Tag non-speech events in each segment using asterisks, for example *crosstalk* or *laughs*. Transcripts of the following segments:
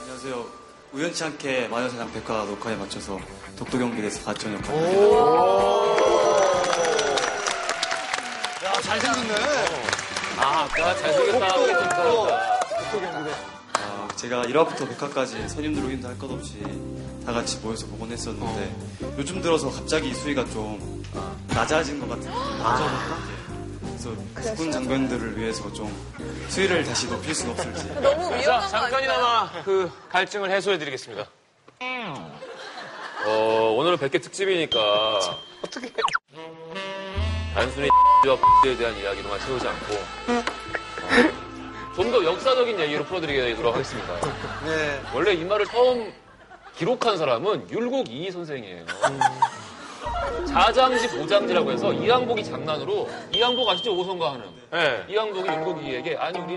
안녕하세요. 우연치 않게 마녀사냥 백화 녹화에 맞춰서 독도 경북에서 가천 역할을 야, 잘생겼네. 아, 나 잘생겼다. 아, 제가 1화부터 백화까지 선임들 후임들 할 것 없이 다 같이 모여서 보곤 했었는데 요즘 들어서 갑자기 수위가 좀 낮아진 아, 것 같은 느낌이 낮아졌다? 그래서 군 장병들을 위해서 좀 수위를 다시 높일 순 없을지 자, 너무 위험한 거 아니에요? 잠깐이나마 그 갈증을 해소해드리겠습니다. 음. 어, 오늘은 100개 특집이니까. 어떻게 단순히 X와 에 대한 이야기로만 채우지 않고. 어, 좀 더 역사적인 얘기로 풀어드리도록 하겠습니다. 네. 원래 이 말을 처음 기록한 사람은 율곡 이희 선생이에요. 자장지 보장지라고 해서 이항복이 장난으로 이항복 아시죠 오선과 하는 이항복이 율곡 이희에게 아니 우리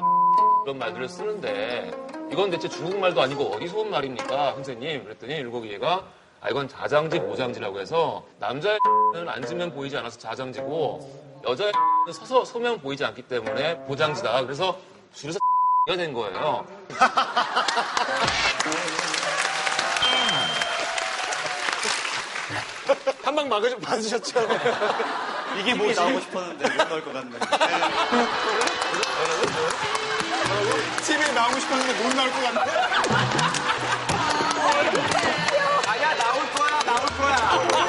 이런 말들을 쓰는데 이건 대체 중국말도 아니고 어디서 온 말입니까 선생님 그랬더니 율곡 이희가 아 이건 자장지 보장지라고 해서 남자는 앉으면 보이지 않아서 자장지고 여자는 서서 서면 보이지 않기 때문에 보장지다 그래서 줄여서 X가 된 거예요. 한 방 막아좀 받으셨죠? *laughs* 이게 뭐 나오고 싶었는데 못 나올 것 같네. TV에 나오고 싶었는데 못 나올 것 같네.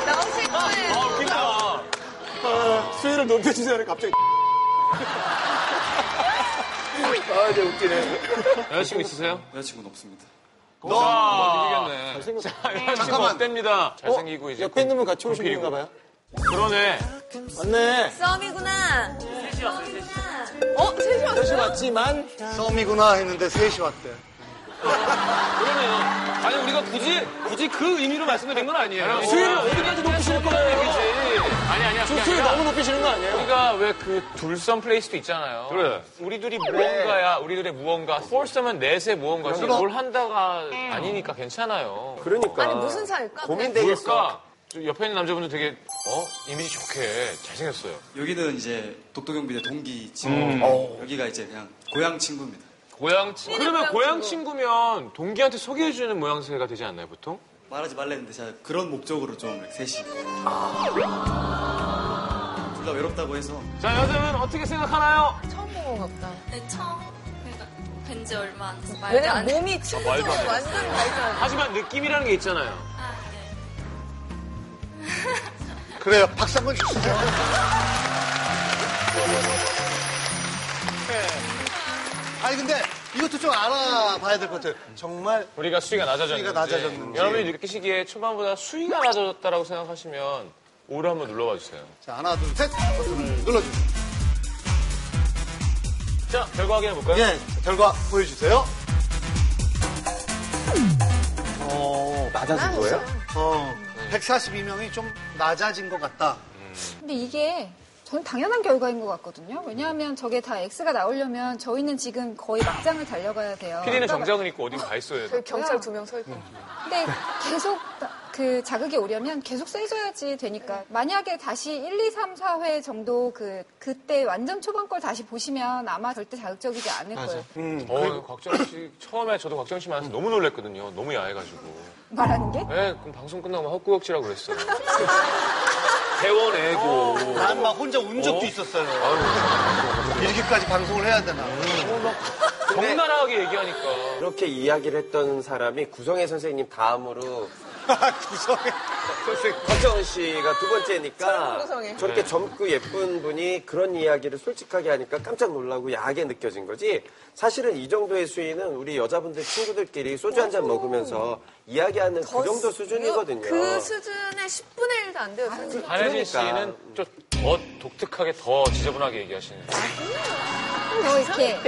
나오실 거예요. 아, 수위를 높여주세요. 갑자기. 아, 이제 웃기네. 여자친구 있으세요? 여자친구는 없습니다. 이겼네. 잘생겼다. 잠깐만. 어? 됩니다. 잘생기고 이제 옆에 있는 분 같이 오신 분인가 봐요. 그러네. 맞네. 썸이구나. 네, 썸이구나. 어? 셋이 여시 왔어요? 맞지만. 썸이구나 했는데 셋이 왔대. 그러네요. 아니 우리가 굳이 굳이 그 의미로 말씀드린 건 아니에요. 수위를 어디까지 네, 높이실 아. 거예요? 아니 아니야. 저 수위 너무 높이시는 거 아니에요? 우리가 왜 그 둘썸 플레이스도 있잖아요. 그래. 우리 둘이 무언가야, 우리 둘의 무언가. 포스썸은 넷의 무언가지. 뭘 한다가 아니니까 괜찮아요. 그러니까. 아니 무슨 차일까? 그러니까 저 옆에 있는 남자분들 되게 어 이미지 좋게 잘생겼어요. 여기는 이제 독도 경비대 동기 친구 여기가 이제 그냥 고향 친구입니다. 고향 친구. 그러면 고향 고향 친구면 동기한테 소개해주는 모양새가 되지 않나요, 보통? 말하지 말랬는데 제가 그런 목적으로 좀 이렇게 셋이 둘 다 외롭다고 해서 자, 여자분 어떻게 생각하나요? 처음 본 것 같다. 네, 처음 그러니까 뵌지 얼마 안 돼서 아, 말도 왜냐면 뭐? 안 돼. 몸이 친구처럼 완전 말도 하지만 느낌이라는 게 있잖아요. 아, 네. 그래요. 박수 한번 주세요. 네. 아니, 근데 이것도 좀 알아봐야 될 것 같아요. 정말 우리가 수위가 낮아졌는지. 수위가 낮아졌는지. 여러분이 느끼시기에 초반보다 수위가 낮아졌다라고 생각하시면 오를 한번 눌러봐 주세요. 자, 하나, 둘, 셋. 버튼을 눌러주세요. 자, 결과 확인해 볼까요? 예, 결과 보여주세요. 어, 안 거예요? 어, 142명이 좀 낮아진 것 같다. 근데 이게 저는 당연한 결과인 것 같거든요. 왜냐하면 저게 다 X가 나오려면 저희는 지금 거의 막장을 달려가야 돼요. 그러니까 피디는 정장을 입고 어디 가 있어야 돼. 경찰 두 명 서 있고. 근데 계속 그 자극이 오려면 계속 쐬줘야지 네. 되니까. 만약에 다시 1, 2, 3, 4회 정도 그, 그때 완전 초반 걸 다시 보시면 아마 절대 자극적이지 않을 거예요. 음, 어, 곽정 씨 처음에 저도 곽정 씨 만나서 너무 놀랬거든요. 너무 야해가지고. 말하는 게? 에 그럼 방송 끝나고 막 헛구역질하고 *laughs* 그랬어. 재워내고. 난 막 혼자 운 적도 어? 있었어요. 아유, 이렇게까지 방송을 해야 되나. 적나라하게 얘기하니까. 그러니까. 그렇게 이야기를 했던 사람이 구성애 선생님 다음으로 아, 구성해. 박정은 씨가 두 번째니까 구성애. 네. 저렇게 젊고 예쁜 분이 그런 이야기를 솔직하게 하니까 깜짝 놀라고 야하게 느껴진 거지 사실은 이 정도의 수위는 우리 여자분들 친구들끼리 소주 한 잔 먹으면서 이야기하는 그 정도 수준이거든요. 그 수준의 10분의 1도 안 돼요. 아, 그렇죠. 사실. 한혜진 그러니까. 씨는 좀 더 독특하게 더 지저분하게 얘기하시는. 더 이렇게